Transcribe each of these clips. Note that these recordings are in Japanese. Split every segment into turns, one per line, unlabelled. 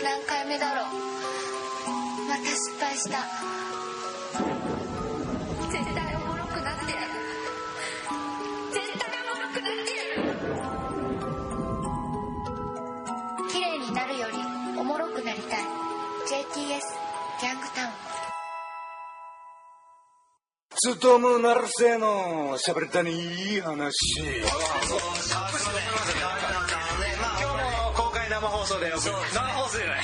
3回目だろうまた失敗した絶対おもろくなってやる絶対おもろくなってやる綺麗になるよりおもろくなりたい JTS ギャングタウン
務なるせの喋れたにいい話
今日も公開生放送でお送り
生放送じゃない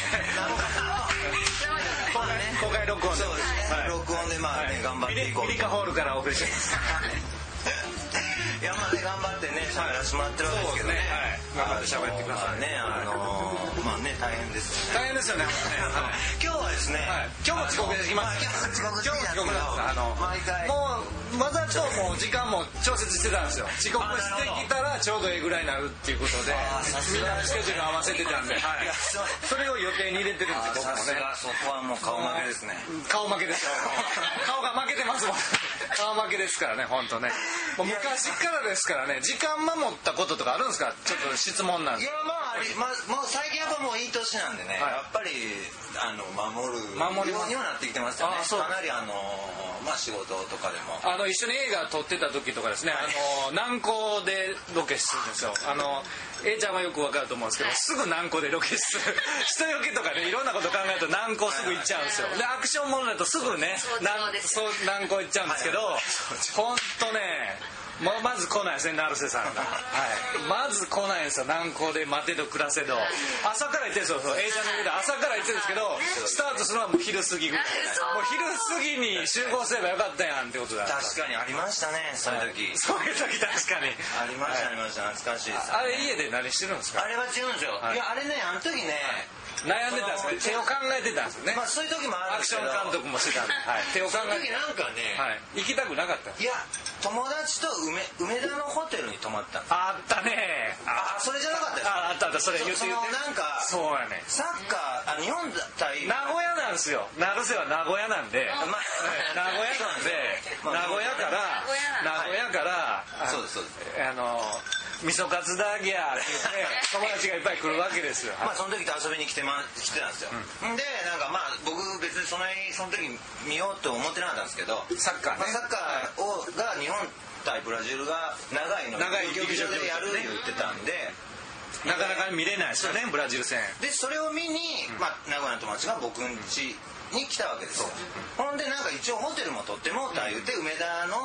公開公開録音で
そうですね
はい
録音でまあね頑張っていこう
ミ
と
リミリカホールからお送りします
いやまあね頑張ってね喋らせてもらってるわけですけどね
そうですねはい頑張って喋ってくださ
まあ
い
ねあのーまあね大変ですよね
大変ですよね
今日はですね
はい今日も遅刻できます
あのまあ今日も遅刻してきた毎回
今日も遅刻なんですあのもうわざともう時間も調節してたんですよ遅刻してきたらちょうどええぐらいになるっていうことで
あーさす
みん
が
なスケジュール合わせてたんで、は
い
い
やそう
それを予定に入れてるん
あ
です
さ
よ僕
す
も
がそこ
ね
はもう顔負けですね
顔負けですよ顔が負けてますもん顔負けですからね本当ねもう昔からですからね時間守ったこととかあるんですかちょっと質問なん
い
で
や
す
まあありまあもう最近やっぱもういい年なんでね、
は
や
い
っぱりあの守る
守り
よ
ま
う
す
にはなってきてますよね
あそう
かなりあのーまあ仕事とかでも
あの一緒に映画撮ってた時とかですね、あの南港でロケするんですよあの A ちゃんはよくわかると思うんですけどすぐ南港でロケする 人よけとかねいろんなこと考えると南港すぐ行っちゃうんですよでアクションものだとすぐね
そうそう
南
です
そう南港行っちゃうんですけど
はい
本当ねもうまず来ないですね成瀬さんが、はい、まず来ないんですよ南港で待てど暮らせど朝から行ってるんですよそう A ちゃんの上で朝から行ってるんですけどスタートするのはもう昼過ぎぐらい
そう
もう昼過ぎに集合すればよかったやんってことだ
確かにありましたねそういう時、
そういう時確かに
ありました、ありました懐かしいです
あれ家で何してるんですか
あれは違うんですよ、
はい
い、やあれねあの時ね、
悩んでたんですね手を考えてたんですよね
まあそういう時もあ
ア
るん
ク
ですけ
ショ
ど
ン監督もしてたんで、はい、手を考
その
え
時
て、
なんかね、
はい、行きたくなかった
い、や友達と梅梅田のホテルに泊まったんです
あったね
あ
あ
それじゃなかったです
ああったあったそれ言って
そ
言っ
の
て
なんか
そうやね
サッカーあ日本対
名古屋なんですよ成瀬は名古屋なんで、
まあ
はい名古屋なんで
まあ
名古屋から名古屋からあ
そうですそうです
あの味噌カツだギャーって言って友達がいっぱい来るわけですよ、
まあその時と遊びに来て,、ま、来てたんですよ、でなんかまあ僕別にそのその時見ようと思ってなかったんですけど
サッカーね
まあサッカーをが日本対ブラジルが長いの
長い
陸上でやるって言ってたんで、
なかなか見れないですよねブラジル戦
でそれを見に、まあ、名古屋の友達が僕ん家に来たわけですよ、ほんでなんか一応ホテルも取ってもうた言うて、梅田の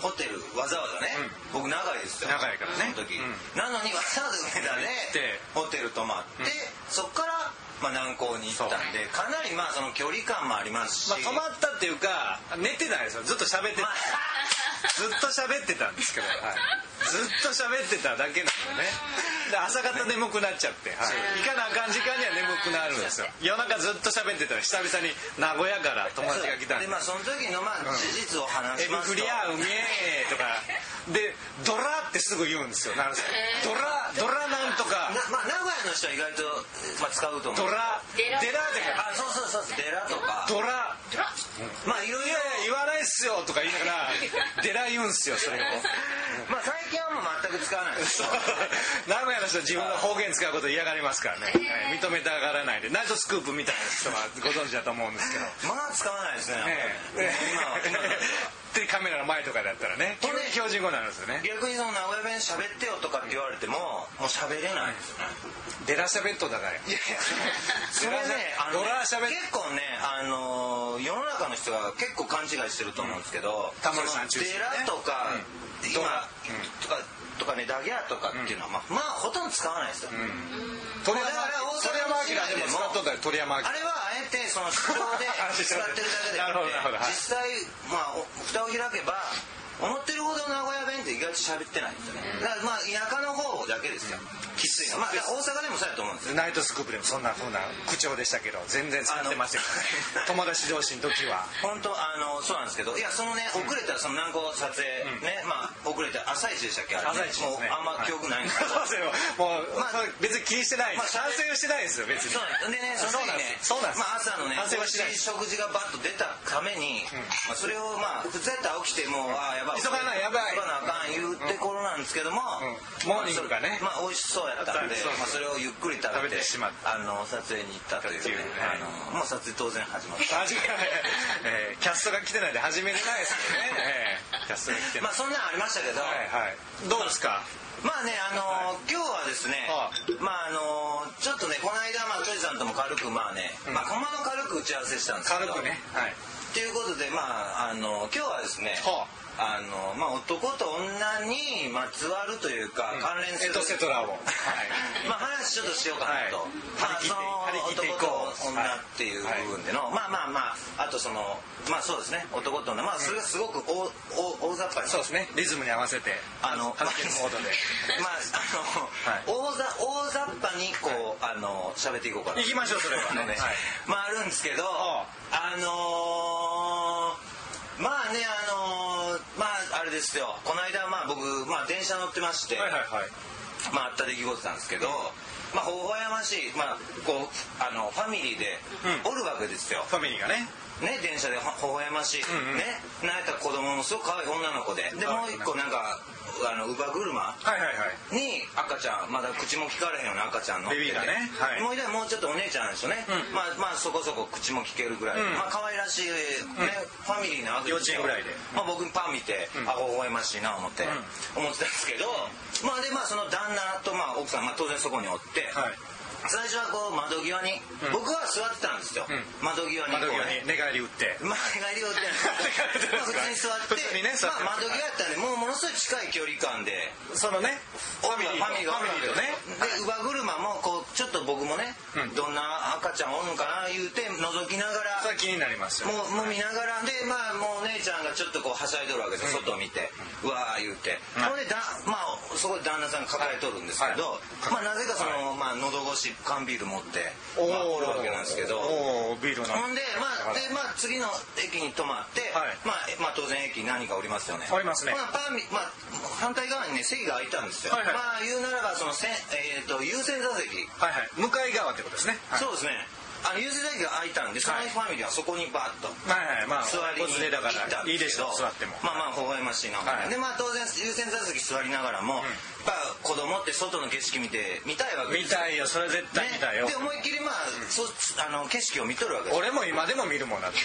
ホテルわざわざね、僕長いですよ
長いからね
その時、
うん
なのにわざわざ梅田で
って
ホテル泊まって、そっから、まあ、南港に行ったんでかなりまあその距離感もありますし、
まあ、止まったっていうか寝てないですよずっと喋って
まあ
た、ずっと喋ってたんですけど、はい、ずっと喋ってただけなんでねで朝方眠くなっちゃって、はい、いかなあかん時間には眠くなるんですよ夜中ずっと喋ってたら久々に名古屋から友達が来たん
で
で
まあその時のまあ事実を話
エ
し
ビ
ます
フ
と
リアうめえとかでドラってすぐ言うんですよなるさんドラドラなんとか
なまあ、名古屋の人は意外と、まあ、使うと思
ド
う
ラデラーとか
あそうそうそうそうデラとか
ドラ
まあいろい
い
ろ
やいや言わないっすよとか言いながらデラ言うんすよそれを
まあ最近はもう全く使わないです
そう 名古屋の人は自分の方言使うこと嫌がりますからね、はい認めたがらないでナイトスクープみたいな人はご存知だと思うんですけど、ね
まあ使わないですね
えね
今は今は
えでカメラの前とかだったらね急に標準語になるんですよね
逆にその名古屋弁喋ってよとかって言われてももう喋れないですよね
デラシャベットだから
いやいやそれねあの
ド
ね
ラ喋っ
結構ねあのー世の中の人が結構勘違いしてると思うんですけど
タモリさん
その
中心に
デ
ね
ラとか
うん
今
ドラ
とかとかねダギャーとかっていうのはまあまあほとんど使わないですよ
鳥
だから
山明鳥山明でも使っとったよ鳥山明
あれはあえてその主張 で使ってるだ
なるほどなる
け
ほど
であって
はい
実際まあお蓋を開けば思ってるほど名古屋弁って意外と喋ってないんですよねだからまあ田舎の方だけですよきついのまあだから大阪でもそうやと思うんですよ
ナイトスクープでもそんなふうな口調でしたけど全然使ってませんからね 友達同士の時は
本当あのそうなんですけどいやそのね遅れたその南港撮影ねまあ遅れた朝一でしたっけあれ
朝一ですね
もうあんま記憶ないんですけど
そうですよもう、
まあ
それ別に気にしてないです、
まあ
賛成をしてないですよ別に
そうなんですでね、その時ね、
そうなんです
まあ朝のね、
反省
美
は
味
し
し
ない
い食事がバッと出たために、まあそれをまあ普通やったら起きてもうああやばい、
急がなやばい
急がなあかん言うて頃なんですけども、
うんモーニングがね
まあそれまあ美味しそうそうやったんで
そうそ
ま
うそう
あ、それをゆっくり食べ
食べ
て
てしまった
あの撮影に行ったという
っていう
ね
ね
あのもう撮影当然始まった
初め、 えーキャストが来てないで始めれないですけどね、えーキャストが来てな
ま
い、
あそんなんありましたけど、
はいはいどうですか
まあねあの今日はですね、
は
まああのちょっとねこの間まあトイさんとも軽くまあね、
うん
まあ駒の軽く打ち合わせしたんですけ
軽
ど
くねはい
ということでまああの今日はですね、
は
あのまあ、男と女にまつわるというか、
うん
関連する
エトセトラをはい
まあ話ちょっとしようかなと、
はい
まあ、
張り切って張り切ってい
男
こう
と女っていう部分での、まあまあまああとそのまあそうですね男と女まあそれがすごく大大大雑把に
そうですねリズムに合わせて
あの
弾けるモードで
まああの、大ざ大雑把にこう、あの喋っていこうかな
行きましょうそれは
あのね
はい
まああるんですけど
あ
あのーまあねあのーまああれですよこの間まあ僕、まあ、電車乗ってまして、
はいはいはい
まあ、あった出来事なんですけど、まあ、微笑ましい、まあ、こうあのファミリーで
うん
おるわけですよ、
ファミリーがね
ね、電車でほ微笑ましい、
んうん
ねなんか子供もすごく可愛い女の子ででもう一個なんかあの乳母車
はいはいはい
に赤ちゃんまだ口も聞かれへんような赤ちゃんの
ベビーがねはい
もう一人もうちょっとお姉ちゃんなんですよね、
うん
まあまあそこそこ口も聞けるぐらい、
うん
まあ可愛らしい、ねファミリーなわけですよ
幼稚園ぐらいで
まあ、僕パン見て、
うん
あ微笑ましいな思って、思ってたんですけど、まあでまあその旦那とまあ奥さん、まあ、当然そこにおって、
はい
最初はこう窓際に、
うん
僕は座ってたんですよ、
うん
窓際にこうね
窓際に寝返り打って
まあ、帰り寄ってない
帰り寄って
まあ
ない
普通に座って
普通にね座って
まあ、窓際やったんでもうものすごい近い距離感で
そのねファミリ
フ
ー
ァミリーが
ファミリーとね
で乳母車もこうちょっと僕もね、
うん
どんな赤ちゃんおるんかな言うて覗きながら
それは気になりますよ
もうもう見ながらでまあもうお姉ちゃんがちょっとこうはしゃいどるわけですよ、外を見て、うわー言うて、
はい
ほんでだまあそこで旦那さんが抱えとるんですけど、
はい
まあなぜかその、まあ喉越し缶ビール持って、まあ、おるわけなんですけど
おービールの
ほんでまあ
はい
でまあ次の駅に泊まって、
はい
まあえまあ当然駅に何かおりますよね
おりますね
ほなパーミまあ反対側にね席が空いたんですよ、
はいはい
まあ言うならばそのせんえーと優先座席、
はいはい向かい側ってことですねはい
そうですねあの優先座席が空いたんでその
はい
ファミリーはそこにバーッと
はいはいまあ
座り
お
に行
連れだか
ったん
らいいで
で
し
すけ
ょ
ど
う座っても
まあまあ微笑ましいな、
はい
でまあ当然優先座席座りながらも、やっぱ子供って外の景色見て見たいわけ
見
ですよ
たいよそれ絶対見たいよ
ね、で思いっきりまあ、そあの景色を見とるわけですよ
俺も今でも見るもんだって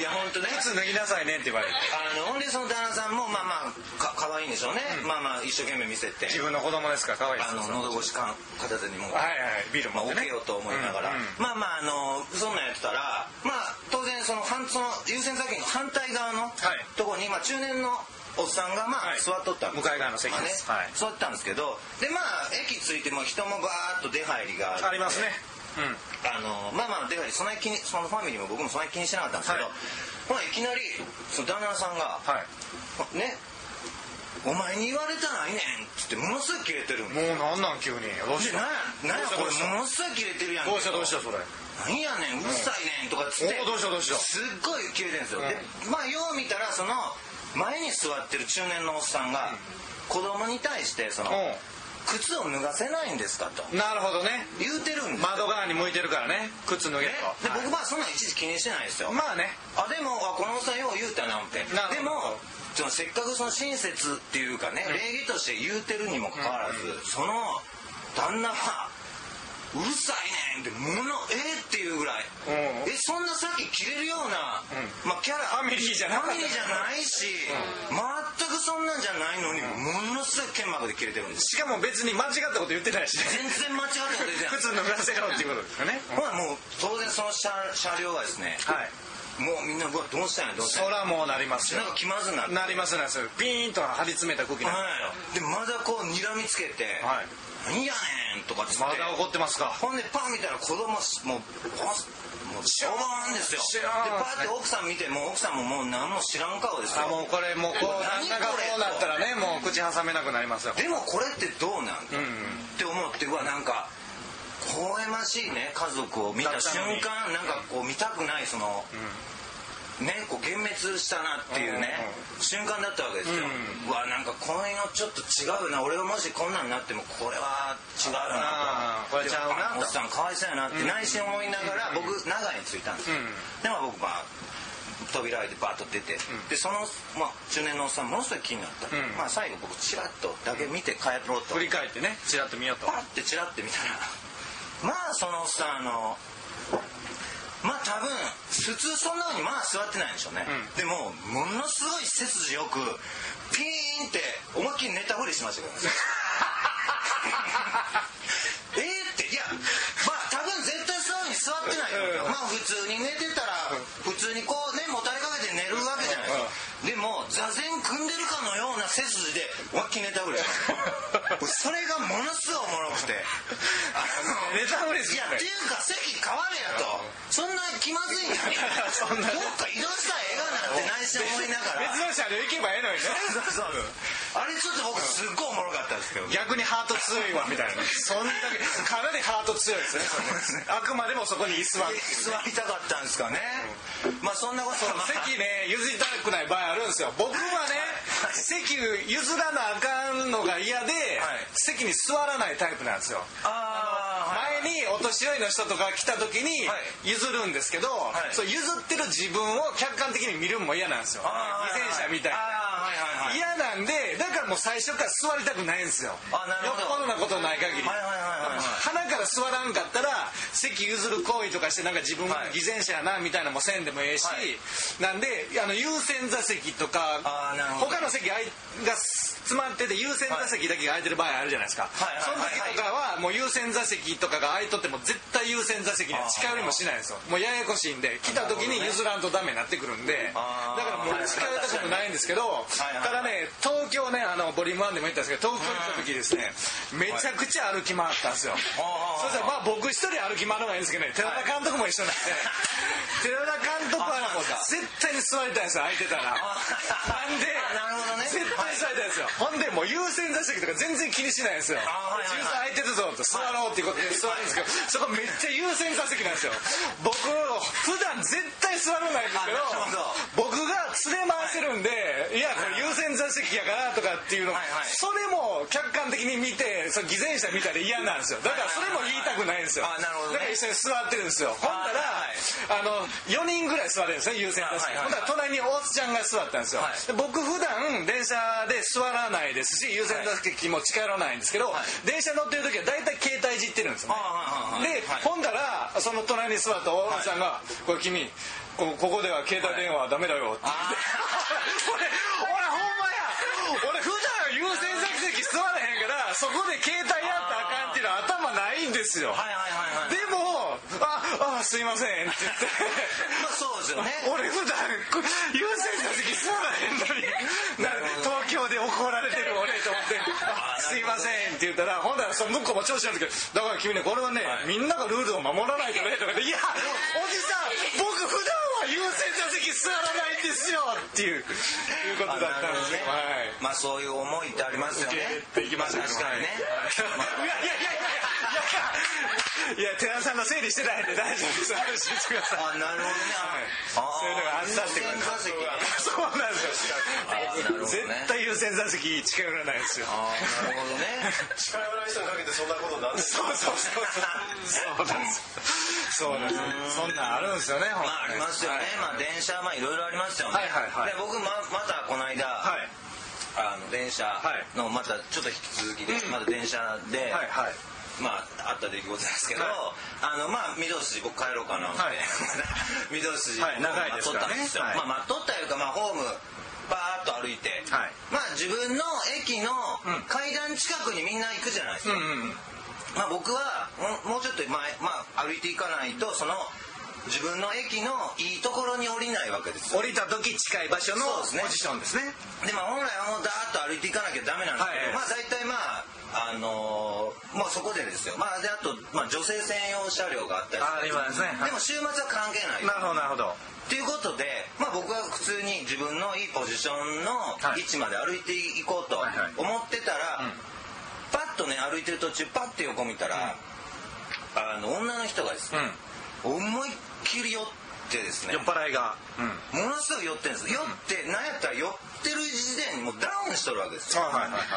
いや本当ね
靴脱ぎなさいねって言われて
あのほんでその旦那さんもまあまあか可愛いんでしょうね、まあまあ一生懸命見せて
自分の子供ですから可愛いで
あ
す
の喉越しかん片手にもう、
はいはいビール
まあ、
持って
置け
ね
ようと思いながら、
うんうん
まあまああのそんなんやってたらまあ当然その反その優先先の反対側の
い
とこに、まあ中年のおっさんがまあ、
はい
座っとったんです
向かい側の席です
まあ
はい
ね、座ってたんですけどでまあ駅着いても人もバーッと出入りがって
ありますねうん
あのまあまあでかいそんなに気にそのファミリーも僕もそんなに気にしてなかったんですけど、
はい
ほないきなりその旦那さんが
は
「
い
ねお前に言われたないねん」っつってものすごいキレてるんで
もうなんなん急にどう
「
し
なんやな
た
んやこ
どうした
れものすごいキレてるやん」
どうしたどうしたそれ
なんやねんうるさいねん」とかっつって
おうどうしたどうした
すっごいキレてるんですよ、
うん
でまあよう見たらその前に座ってる中年のおっさんが子供に対してその
う
「靴を脱がせないんですか?」と
んなるほどね
言うてるんですよ
窓側に向いてるからね靴脱げ
ね
と
で
はい
僕まあそんなんいちいち気にしてないですよ、
まあね
あでもあこのおっさんよう言うたなって
なるほど
でもそのせっかくその親切っていうかね、礼儀として言うてるにもかかわらず、その旦那は「うるさいねん」ってものえーっていうぐらい、
うん
えそんなさっき切れるような、
う
まあ、キャラ
ファミリーじゃなか
フ
った
ァミリーじゃないし、全くそんなんじゃないのにものすごい剣幕で切れてるんです
しかも別に間違ったこと言ってないしね
全然間違ってないですよ
靴脱がせろっていうことですよね
ほらもう当然その車車両はですね、
はい
もうみんなうわどうしたんやどうしたん
そ
や
らもうなりますよ
なんか気まずなって
なりますなりますピーンと張り詰めた空気なん
はいでまだこう睨みつけて「
はい
何やねん」とかっつ
で
っ
す
て
よまだ怒ってますか
ほんでパン見たら子供もうもうもうしょぼんですよ
知
で
らん
パーって奥さん見てもう奥さんももう何も知らん顔です
あ
よ
もうこれもうこう
何
なんかこ
これ
うなったらねもう口挟めなくなりますよ
でもこれってどうなんだ
うんうん
って思ってうわなんか微笑ましいね家族を見た瞬
だった
間なんかこう見たくないその、ねこう幻滅したなっていうね、瞬間だったわけですよ、うわなんかこののちょっと違うな俺がもしこんなんになってもこれは違うな
あーこれちゃうな
でおっさんかわいそうやなって内心思いながら僕長井に着いたんですよ、
うん
でまあ僕まあ扉開いてバーッと出て、でその、まあ、中年のおっさんものすごい気になった、
うん
まあ、最後僕チラッとだけ見て帰ろうと、
振り返ってねちらっと見ようと
パッてチラッて見たらまあそのさあのまあ多分普通そんなふうにまあ座ってないんでしょうね、
うん
でもものすごい背筋よくピーンって思いっきり寝たふりしましたからねえーっていやまあ多分絶対そういうふうに座ってないよ、
うん
まあ普通に寝てたら普通にこうねもたれかけて寝るわけじゃないですか、でも座禅組んでるかのような背筋で思いっきり寝たふ りしましたもうそれがものすごいおもろくてあの
ネタフリす
いや
る
っていうか席変われやとそんな気まずいんだから
そんな
どっか移動したらええがなって内心思いながら
別の車両行けばええのにね
そうそうあれちょっと僕すっごいおもろかったんですけど
逆にハート強いわみたいなそんだけかなりハート強いですねそれねあくまでもそこに居座る
座りたかったんですかねまあそんなことはまあ
席ね譲りたくない場合あるんですよ僕はね席譲らなあかんのが嫌で、
はい
席に座らないタイプなんですよ
あ
前にお年寄りの人とか来た時に
は
譲るんですけど、
い
そう譲ってる自分を客観的に見るのも嫌なんですよ
ーあ
偽善者みたい
あ
な
あはいはいはい
嫌なんでだからもう最初から座りたくないんですよ
あなる
よ
ほど
っぽどなことない限り
はいはいはいはいはい
鼻から座らんかったら席譲る行為とかしてなんか自分が偽善者やなみたいなのもせんでもええし、
はい
なんであの優先座席とか
あーなるほど
他の席が詰まってて優先座席だけが空いてる場合あるじゃないですか、
はいはいはいはい
その時とかはもう優先座席とかが空いとっても絶対優先座席には近寄りもしないんですよもうややこしいんで来た時に譲らんとダメになってくるんで、
あー
だからもう近寄りたくもないんですけど、
いはい
ただね東京ねあのボリューム1でも言ったんですけど東京に行った時ですねめちゃくちゃ歩き回ったんです
あ
よ、
ー
そしたらまあ僕一人歩き回るのがいいんですけどね寺田監督も一緒なんで寺田監督はもう絶対に座りたいんですよ空いてたらなんで
あなるほどね
絶対座りたいんですよ、ほんでもう優先座席とか全然気にしないんですよ
あはいはいは
13空いてるぞと座ろうっていうことで座るんですけど、そこめっちゃ優先座席なんですよ僕普段絶対座らないんですけ
あなる
ど僕が連れ回せるんで、い、やこれ優先座席やからとかっていうの、
はいはい
それも客観的に見てその偽善者見たら嫌なんですよだからそれも言いたくないんですよ、
あなるほどね
だから一緒に座ってるんですよほんならあ,、の4人ぐらい座れるんですね優先座席、
あはいはいはい
ほんなら隣に大津ちゃんが座ったんですよ、
はい
で僕普段電車で座らないですし優先座席も近寄らないんですけど、電車乗ってる時は大体携帯いじってるんですよね、
あはいはいはい
で、
はい
ほんだらその隣に座った大津ちゃんが「これ君こここでは携帯電話はダメだよ」って言って、 俺俺ほんまや俺普段優先座席座らへんからそこで携帯やったらあかんっていうのは頭ないんですよ
はいはいはいはい
でも「ああすいません」って言って
まあそうですよね
俺普段こ優先座席座らへんのにな東京で怒られてる俺と思って あ「すいません」って言ったらほんならその向こうも調子なんですけど「だから君ねこれはね、みんながルールを守らないとね」とかで「いやおじさん僕普段は優先座席座らないんですよ」っていういうことだったんですよ、
あなるほど
はい
ね。まあそういう思いってありますよね
っていきました
確かにね
い やいやいやいやいやいやいや寺田さんの整理してないんで大丈夫です安心してください
あなるほどねあ
そういうのがあったってこと
優先座席ね
そうなんですよ
なるほどね
絶対優先座席近寄らないですよ
ああなるほどね
近寄らない人にかけてそんなことになる
そうそうそうそうそうなんですよそうなんですよそんなんあるんですよねほんと
まあありますよねまあ電車まあいろいろありますよね
はいはいはい
で僕ままたこの間
はい
あの電車のまたちょっと引き続きでまた電車で
はいはい
まああった出来事なんですけど、
は
あ
い
のまあ御堂筋僕帰ろうかなって、
はい
御堂筋
はい長いですから
待っとった
ね
んですよ、
はい
まあ待っとったいうかまあホームバーッと歩いて、
はい
まあ自分の駅の
うん
階段近くにみんな行くじゃないです
う
か、
んうん
まあ僕はもうもうちょっと前、まあ、歩いていかないとその自分の駅のいいところに降りないわけですよ
降りた時近い場所の
そう
ポ
ですね
ジションですね
でまあ本来はもうダーッと歩いていかなきゃダメなんですけど、
はい
まあ大体まああのーまあそこでですよまあであと、まあ、女性専用車両があったり
ありますねはい
でも週末は関係ない
なるほどなるほど
っていうことで、まあ、僕は普通に自分のいいポジションの
はい
位置まで歩いていこうと思
はいはい
ってたら、
うん
パッとね歩いてる途中パッて横見たら、あの女の人がですね、思いっきり寄ってってですね
酔っ払いが
ものすごい酔ってるんです酔ってなんやったら酔ってる時点にもうダウンしとるわけですよ
はいはいはいはい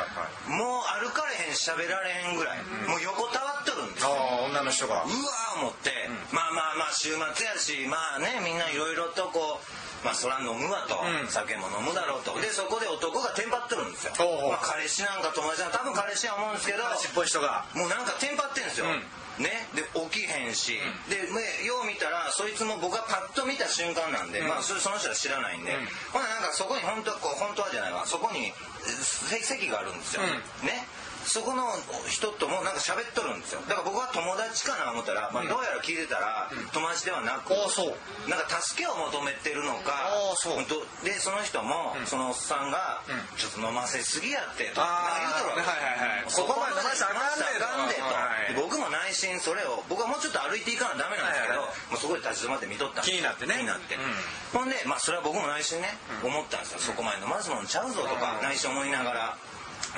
もう歩かれへん喋られへんぐらいもう横たわっとるんですよ
ああ女の人が
うわー思って、まあまあまあ週末やしまあねみんないろいろとこうまあそら飲むわと、酒も飲むだろうとでそこで男がテンパってるんですよ
おうおう
まあ、彼氏なんか友達なんか多分彼氏や思うんですけど
ちっぽい人が
もうなんかテンパってんですよ、ねで起きへんし、でまあよう見たらそいつも僕がパッと見た瞬間なんで、まあそれその人は知らないんで、ほななんかそこに本当はこう本当はじゃないわそこにえせ席があるんですよ、ねそこの人ともなんか喋っとるんですよだから僕は友達かな思ったら、まあ、どうやら聞いてたら友達ではなく、
ああそう
なんか助けを求めてるのか
ああそう
どでその人も、そのおっさんが、ちょっと飲ませすぎやって」と
ああ
言うとるわけ
はいはいはい
そこまで飲ませたらあかん
そ
でとで僕
こまで飲ませたらあかんでと
も内心それを僕はもうちょっと歩いていかなダメなんですけど、
はいはい
もうそこで立ち止まって見とったんです
気になって
気に
ね
なって、ほんでまあそれは僕も内心ね、思ったんですよそこまで飲まずもんちゃうぞとか、内心思いながら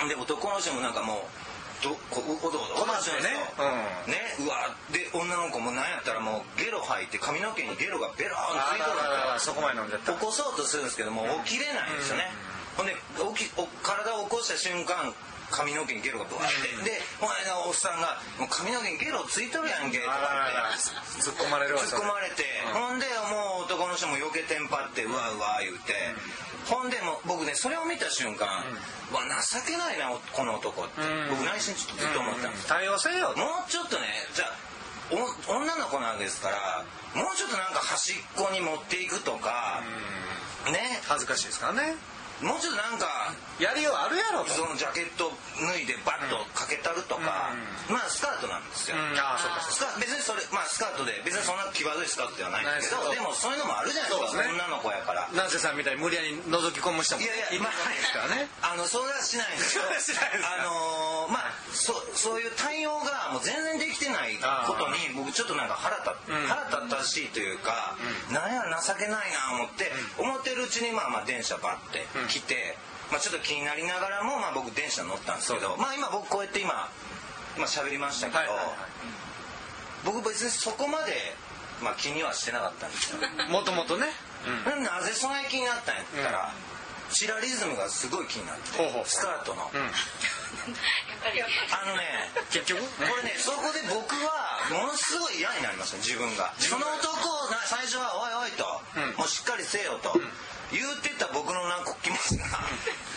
で男の人もなんかもうどこうおどおどおどしてるんですよねうわで女の子もなんやったらもうゲロ吐いて髪の毛にゲロがベローンついとるんですよ
そこまで飲んじゃった
起こそうとするんですけども起きれないんですよね、ほんで起きお体を起こした瞬間髪の毛にゲロがブワって、でお前のおっさんが「もう髪の毛にゲロついとるやんけ」とかって
突っ込まれるわ
突っ込まれて、ほんでもう男の人も余計テンパってうわうわ言うて、ほんでもう僕ねそれを見た瞬間、うわ情けないなこの男って、僕内心ちょっとずっと思ったんです
対応せよ
もうちょっとねじゃあお女の子なんですからもうちょっとなんか端っこに持っていくとか、ね
恥ずかしいですからね
もうちょっとなんか
やりようあるやろと
そのジャケット脱いでバッとかけたるとか、まあスカートなんですよ、
うんああそうかそう
スカ別にそれまあスカートで別にそんな際どいスカートではないんですけど
ないです
でもそ
けど
ういうのもあるじゃないです
そ
か
うですね
女の子やから
南瀬さんみたいに無理やり覗き込む人
い
も
やいや
今ないですからね
あのそれはしないんですよ
それはしないです
あ
か
のーまあそそういう対応がもう全然できてないことに僕ちょっとなんか腹立っ、腹立ったしいというか、なんや情けないな思って、思ってるうちにまあまあ電車バッて来て、まあ、ちょっと気になりながらも、まあ、僕電車乗ったんですけどまあ今僕こうやって今今喋りましたけど、
はいはいはい
僕別にそこまで、まあ、気にはしてなかったんですよ
もともとね
なぜそんなに気になったんやったら、チラリズムがすごい気になって
ほうほう
スカートの、あ
ん
のね
結局
これねそこで僕はものすごい嫌になりました自分がその男をな最初は「おいおい」と
う
「
ん
もうしっかりせよ」と、言ってた僕のなんか気持ちが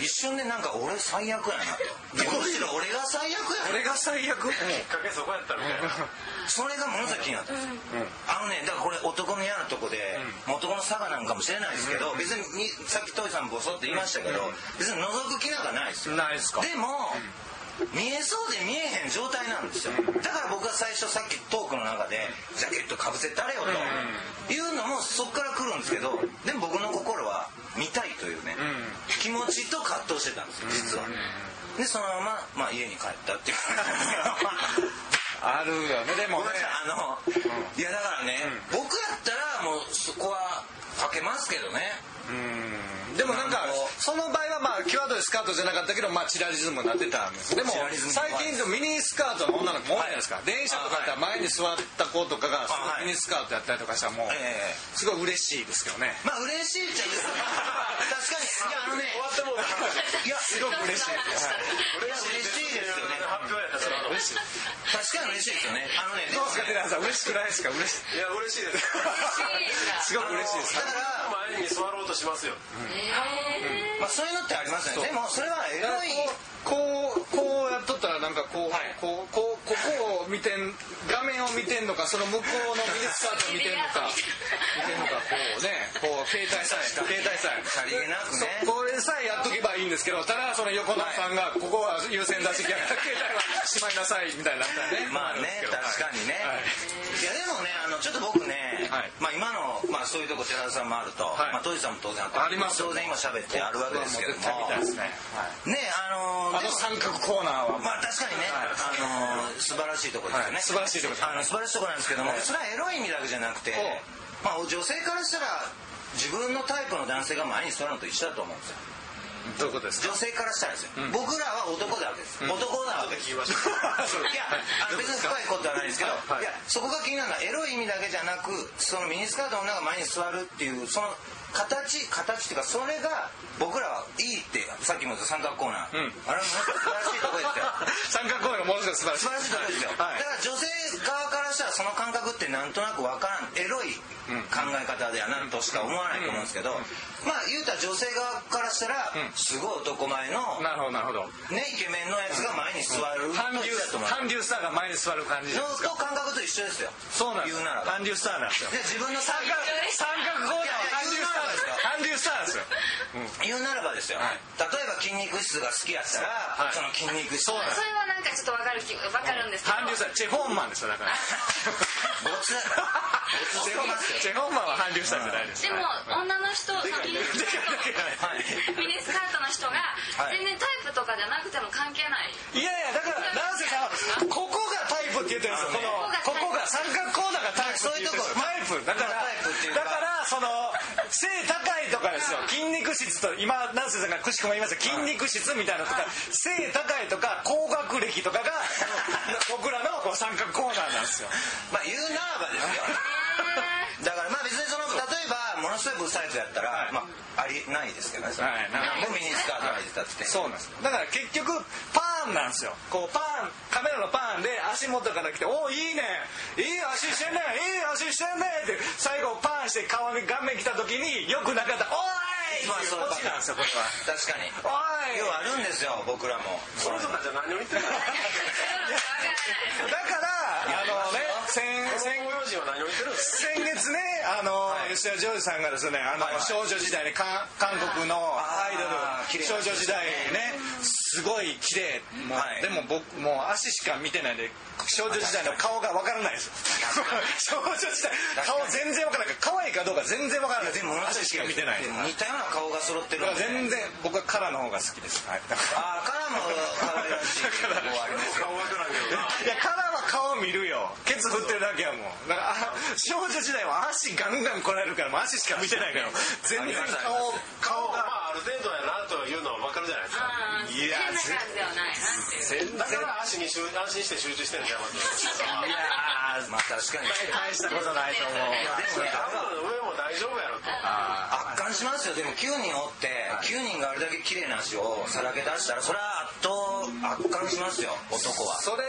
一瞬でなんか俺最悪やなとむしろ俺が最悪やな
俺が最悪
きっかけそこやったみたいな
それがものすごい気になったんですよ、あのねだからこれ男の嫌なとこで、男の差がなんかもしれないですけど、別にさっきトイさんボソって言いましたけど、別に覗く気なんかないですよ
ないですか
でも、見えそうで見えへん状態なんですよだから僕は最初さっきトークの中でジャケットかぶせたれよというのもそっから来るんですけどでも僕の心は見たいというね、気持ちと葛藤してたんですよ実は、でそのまま、まあ、家に帰ったっていう話なんですよ
あるよねで
ご
も
めんなさいあの、いやだからね、僕やったらもうそこはかけますけどね
でもなんか
あの
その場合はまあ際どいスカートじゃなかったけどまあチラリズムになってたんですでも
チラリズム
最近でもミニスカートの女の子も多いじゃないですか電車とかやったら前に座った子とかがすごいミニスカートやったりとかしたらもう
ええ
すごい嬉しいですけどね
まあ嬉しいっちゃ嬉しい確かにいやあのね終わったもんいやすごく嬉しいですよ、はい、嬉しいですよね
発表やったその後い
確かに嬉しいですよねあのね
どうですか皆さん嬉しくないですか嬉し
や嬉しいです
いすごく嬉しいです
だから、
前に座ろうとしますよ
まあ、そういうのってありますよねでもそれはエロい
こうこうこうやっとったらなんかこう、こうこうここを見てん画面を見てんのかその向こうのミニスカートを見てんのか見てんのかこうねこう携帯さえ携帯さえ
さりげなく
そ
ね
これさえやっとけばいいんですけどただその横のさんがここは優先出してきたから携帯はしまいなさいみたいになったらね
まあね確かにね、い、やでもねあのちょっと僕ね、
はい
まあ、今の、まあ、そういうとこ寺田さんもあると、
はい
まあ、当時さんも当然あって
ありますよ
当然今喋ってあるわけですけども
絶対見たいですね、
ねあの
あ
で
の
も
三角コーナー
まあ
は
確かにね、あの素晴らしいとこですよね、
はい素晴らしいとこで
あ
す
の素晴らしいとこなんですけども、それはエロい意味だけじゃなくて、まあ、女性からしたら自分のタイプの男性が前に座るのと一緒だと思うんですよ
どういうこ とですか
女性からしたらですよ、僕らは男だわけです、男だわけですいやあの別に深いことはないですけど、い、やそこが気になるのはエロい意味だけじゃなくそのミニスカートの女が前に座るっていうその形形っていうかそれが僕らはいいってさっきも言った三角コーナー、あれもなんか素晴らしいとこですよ
三角公園がものすごい素晴らしい
素晴らしいとこですよ、
はい
だから女性側からしたらその感覚ってなんとなくわからんエロい考え方ではなとしか思わないと思うんですけど、まあ言うたら女性側からしたらすごい男前の、
なるほどなるほど
ねイケメンのやつが前に座る
韓流
だと思う
韓流スターが前に座る感じ
のと感覚と一緒ですよ
そうなんで
言
す
うならば
韓流スターなんですよ
で自分の三角
三角公園は韓流スターですよ韓流スターなんですよ
言うならばですよ、例えば筋肉質が好きやったら、
い
その筋肉質
そうなんです
それはなんかちょっとわかる気わかるんですけど
韓流スターチェ・ホンマンですよだ から
ボツだからボツしてますよ
チェ・ホンマンは韓流スターじゃないです
でも女の人そのミニスカ
は
ート
い
ミニスカートの人が
い
全然タイプとかじゃなくても関係ない
いやいやだからランセさんはここがタイプって言ってるんですよこのここが三角コーナーがタイプって言ってるんですよ
そう
タイプだから
タイプっていうか
だからその背高いとかですよ筋肉質と今ランセさんがくしくも言いました筋肉質みたいなのとか背高いとか高学歴とかが僕らのこう三角コーナーなんですよ
まあ言うならばですよだからまあ別にその例えばものすごいブサイクやったら、まあありないですけどねそれ
はいな
何もミニスカート履いてたって
そうなんですだから結局パーンなんですよこうパーンカメラのパーンで足元から来て「おおいいねいい足してんねいい足してんね」って最後パーンして顔に顔面来た時によくなかった「おーい!」
まあ
って
そ
いう
れ
オチなんですよこれは
確かに
「おーい!」
要はあるんですよ僕らも
それとかじゃ何を言ってるの
だからあのね先先
本名字は何を言ってるんです
先月ねあの、吉田ジョージさんがですねあの、少女時代に韓韓国のアイ
あー
ド
綺麗
ル少女時代ねすごい綺麗もう、
はい
でも僕もう足しか見てないんで少女時代の顔がわからないです少女時代顔全然わからない可愛いかどうか全然わからない
でももの
足しか見てない
で
だ
も似たような顔が揃ってる
から
んで
全然僕はカラーの方が好きです、はい、だから
ああカラーも可愛らしいとこはありますよ
か分からんけどない
やカラーは顔見るよケツ振ってるだけやもんだからあ少女時代は足ガンガン来られるからもう足しか見てないから全然顔
顔
顔
がまあ
が
ある程度やなというのは分かるじゃないですか
あー
いや
変な感じではない
だから
全然
なっていう
足に集安心して集中してるんじゃんまず
いやーまあ確かに
大したことないと思う
でもね
頭の上も大丈夫やろと
圧巻しますよでも9人おって9人があれだけ綺麗な足をさらけ出したらそれは圧倒圧巻しますよ男は
それ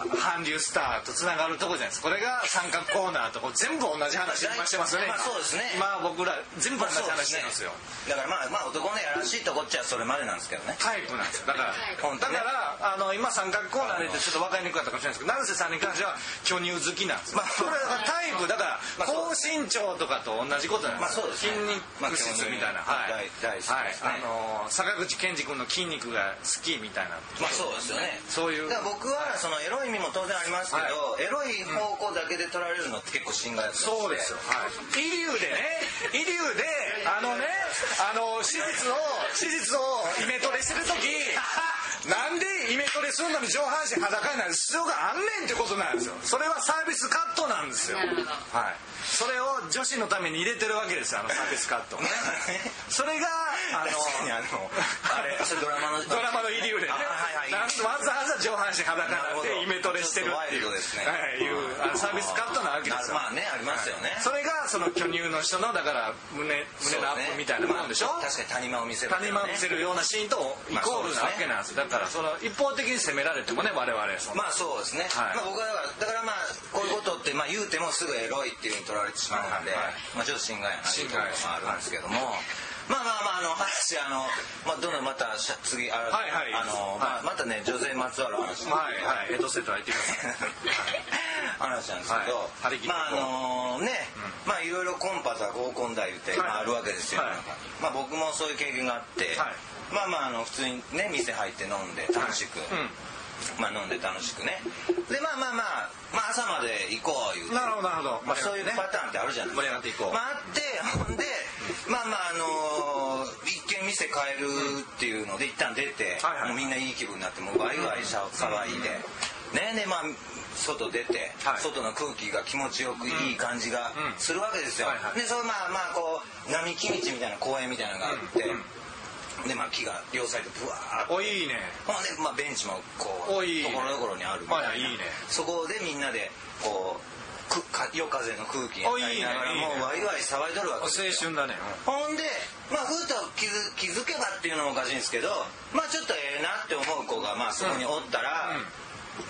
が韓流スターとつながるとこじゃないですかこれが三角コーナーとこ全部同じ話今してますよね
まあそうですね
今僕ら全部同じ
そうで
話してますよ
だからまあまあ男のやらしいとこっちはそれまでなんですけどね
タイプなんですよだから、
本当ね
だからあの今三角コーナーでってちょっと分かりにくかったかもしれないですけど成瀬さんに関しては巨乳好きなんです
ま
よ、
あ
それはだからタイプだから
まあ
高身長とかと同じことなん
ま
で
あ
す
そ
よ
うですね
筋肉質みたいな、
まあ
はい、
大大好きですね
はい、あの坂口健二君の筋肉が好きみたいな
まあそうですよね
そういう
だから僕はそのエロい意味も当然ありますけど、エロい方向だけで取られるのって結構心外だと思
そうですよ、はい、イリューでねイリューであのねあの手術を手術をイメトレしてる時 なんでイメトレするのに上半身裸になる必要があんねんってことなんですよそれはサービスカットなんですよ
なるほど
はい、それを女子のために入れてるわけですよあのサービスカットをねそれがあの
確か にあのあれそれドラマの
ドラマのイリューで
あ
ね、
はいはい
なんわざわざ上半身裸になってイメトレしてるってい
ちょっとワイルド
う,、
ですね
はい、いうあのサービスカットなわけですよ
まあねありますよね、
それがその巨乳の人のだから胸胸のアップみたいなもんでしょ、
まあ確かに谷間を見せる、
谷間を見せるようなシーンとイコールなわけなんですよだからその一方的に責められてもね我々その
まあそうですね、
はい
まあ、僕はだからだからまあこういうことってまあ言うてもすぐエロいっていうふうに取られてしまうので、まあ、ちょっと心外やなっていうところもあるんですけども、まあまあまああの話あの、まあ、どんどんまたしゃ次あ,、
はいはい
あの、まあ、またね女性にまつわる話
はいはいエトセット入ってください
話なんですけど、
はい張り切って
まああのね、まあいろいろコンパとか合コンだ言うて、まあ、あるわけですよ、
はい
まあ僕もそういう経験があって、
はい
まあまああの普通にね店入って飲んで楽しく、まあ飲んで楽しくねでまあまあまあ、まあ、朝まで行こう言うて
なるほどなるほど、
まあ、そういうパターンってあるじゃない
盛り上がっていこう
まあ、あってほんでまあまああのー一見店変えるっていうので一旦出て、
はいはい
もうみんないい気分になってもうワイワイしゃ騒いで、ねでまあ外出て、
はい
外の空気が気持ちよくいい感じが
うん
するわけですよ、
はいはい
でそれまあまあこう並木道みたいな公園みたいなのがあって、でまあ木が両サイドブワーッ
おいいね
ほんで、まあ、ベンチもこ
お
う
いいね
ところどころにあるみたいな、
はいいいね
そこでみんなでこうくか夜風の空気に
おいいね
入りながら
いいね
もうワイワイ騒いどるわけ
青
ですよ
春だね、
ほんで、まあ、ふーと気づ気づけばっていうのもおかしいんですけど、まあ、ちょっとええなって思う子が、まあ、そこにおったら、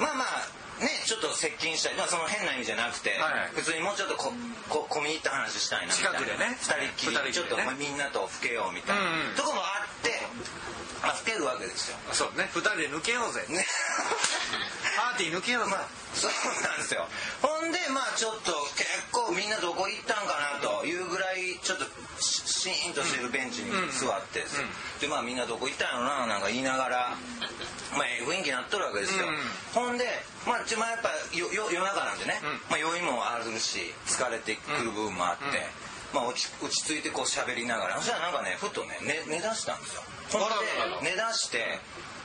まあまあ、ね、ちょっと接近したい、まあ、その変な意味じゃなくて、
はい
普通にもうちょっとここ込み入った話したいなみたいな
近くでね
2人っきり
二
ちょっ
人っきりね
と、まあ、みんなと老けようみたいな、
うんうん
とこもあって、まあ、老けるわけです よ。
うん、そうね二人で抜けようぜ
ね
パーティー抜けようぜ、
まあそうなんですよほんでまあちょっと結構みんなどこ行ったんかなというぐらいちょっとシシーンとしてるベンチに座ってですよでまあみんなどこ行ったんやろななんか言いながらまあええ雰囲気になっとるわけですよほんでまあちょまあやっぱよよ夜中なんでねまあ酔いもあるし疲れてくる部分もあってまあ落ち落ち着いてこう喋りながらそしたらなんかねふとね寝寝だしたんですよほんで寝だして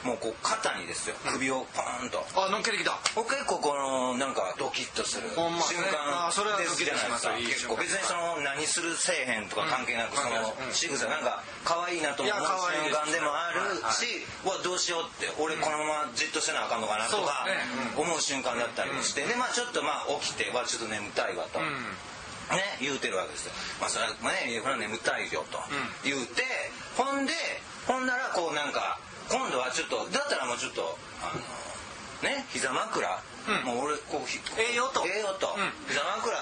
もうこう肩にですよ首をポーンと
あ乗っけてきた
僕結構このなんかドキッとする
ほんまね
瞬
あー
間
それは
で
ド
す
キッ
じゃ
とし
ないで
ますす
か
いい瞬間
結構別にその何するせえへんとか関係なくその
うん
仕草なんか可愛いなと思う
いや可愛い
瞬
です
間でもあるしうわどうしようって俺このままじっとしてなあかんのかなとか
そうで
思う瞬間だったりもしてでまあちょっとまあ起きてはちょっと眠たいわと。ね、言うてるわけですよ。まあ、それは、まあね、これは眠たいよと、言うて、ほんで、ほんなら、こう、なんか、今度はちょっと、だったらもうちょっと、あの、ね、膝枕、もう俺、こう、ひ
ええよと
ええよと、膝枕、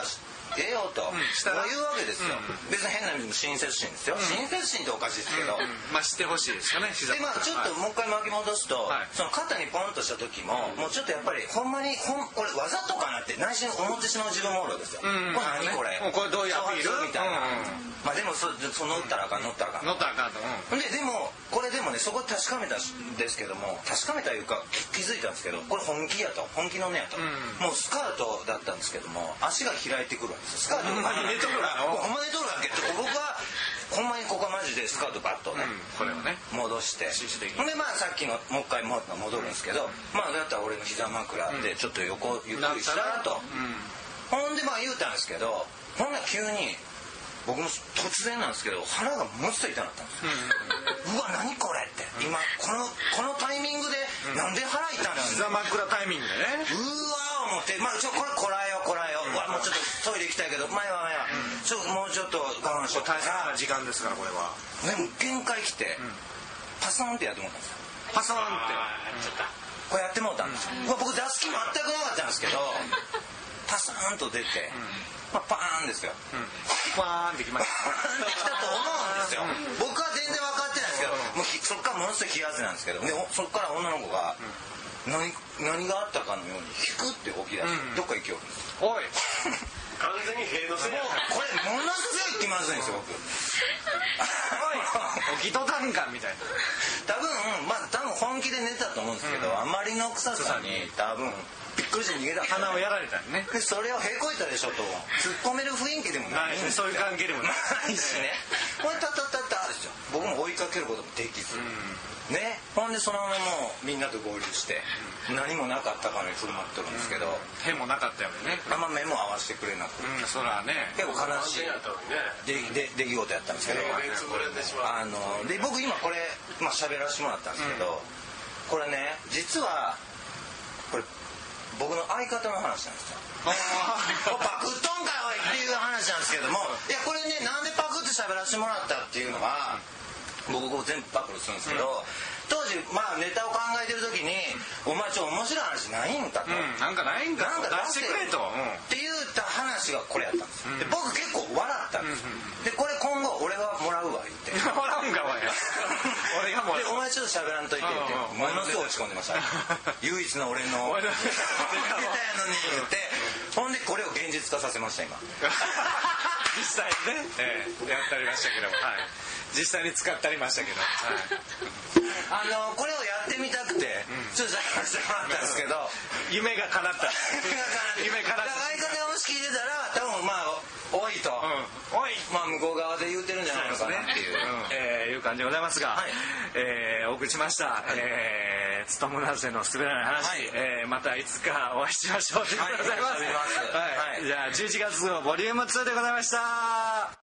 ええよと、
したら
こういうわけですよ。別に変な意味の親切心ですよ。親切心っておかしいですけど、
まあ知ってほしいですよね膝
でまあちょっともう一回巻き戻すと、
はい
その肩にポンとした時も、もうちょっとやっぱりほんまにほんこれわざとかなって内心思ってしまう自分もおるわけですよ、
ん
これ何こ
も
れ
うこれどういうアピール
挑発みたい
う
な、
ん
まあでもそそ乗ったらあかん乗ったらあかん
乗ったらあかんとうん
ででもこれでもねそこ確かめたんですけども確かめたいうかき気づいたんですけどこれ本気やと本気のねやと、もうスカートだったんですけども足が開いてくるわけですよスカート
ほんまに寝とるわ
もうほんまに寝とるわけって僕はほんまにここはマジでスカートバッとね、
これをね
戻してほんでまあさっきのもう一回もう戻るんですけど、まあだったら俺の膝枕でちょっと横ゆっくりしたらと、ほんでまあ言うたんですけどほんなら急に僕も突然なんですけど腹がもっと痛くなったんですよ、うわ何これって今このこのタイミングでなんで腹痛いの
膝枕タイミングでね
うわー思って、まあ、ちょこれこらえようこらえよううわもうちょっとトイレ行きたいけど前は前は、ちょもうちょっと我慢しよう
大切な時間ですからこれは
でも限界来て、パソンってやってもうたんですよ
パソーンっ
あーやっちゃった
これやってもうたんですよ、うわ僕出す気全くなかったんですけどパサーンと出て、まあ、パーンですよ、
てワーンってきまし
パーンってきたと思うんですよ、僕は全然分かってないんですけど、もうひそっからものすごい冷や汗なんですけど、でおそっから女の子が、何何があったかのように引くって起き出して、どっか行きよるんです
たおい
完全に塀のせいや
これものすごい気まずいんですよ僕
起きとたんかみたい
多分まあ多分本気で寝てたと思うんですけど、あまりの臭さに多分びっくりして逃げた
な鼻をやられたりね
でそれをへこいたでしょと突っ込める雰囲気でもないんですよ
そういう関係でもない
ないしねこれタタタタですよ僕も追いかけることもできず、ねほんでそのままもうみんなと合流して何もなかったかのように振る舞ってるんですけど、
手もなかったよね
あんま目も合わせてくれなくて
うんそらね
結構悲しい
全やったのにね
出来出来事やったんですけど、
塀で潰れてしまう
あので僕今これ、まあ喋らせてもらったんですけど、これね実はこれ僕の相方の話なんですよ。 もうパクっとんかいおいっていう話なんですけどもいやこれねなんでパクって喋らせてもらったっていうのは僕こう全部パクるするんですけど、当時まあネタを考えてる時に「お前ちょ面白い話ないんか」と。
うんなんかないんか
なんか
出してくれとうん
って言った話がこれやったんですよ、で僕結構笑ったんですよ、でこれ今後俺はもらうわ言って
笑うんかおい 俺がもう
でお前ちょっと喋らんといて」って
うんうん
ものすごい落ち込んでました 唯一の俺の
俺
俺
の
の 出たやのに言ってほんでこれを現実化させました今
実際ね、ええやってありましたけども、はい、実際に使ってありましたけど、は
あのこれをやってみたくてちょっと喋らせてもらったんですけど
い、夢が叶った 夢
夢
か
からら相方がもし聞いてたら多分まあ多いと、
うんおい
まあ向こう側で言うてるんじゃないのかなってい
う
う
んえーいう感じでございますが、
はい
えーお送りしました、えー、つともなぜの滑らない話、
はい
えーまたいつかお会いしましょうということでございます,、
はいありがとうございます
はい
はい
じゃあ11月号ボリューム2でございました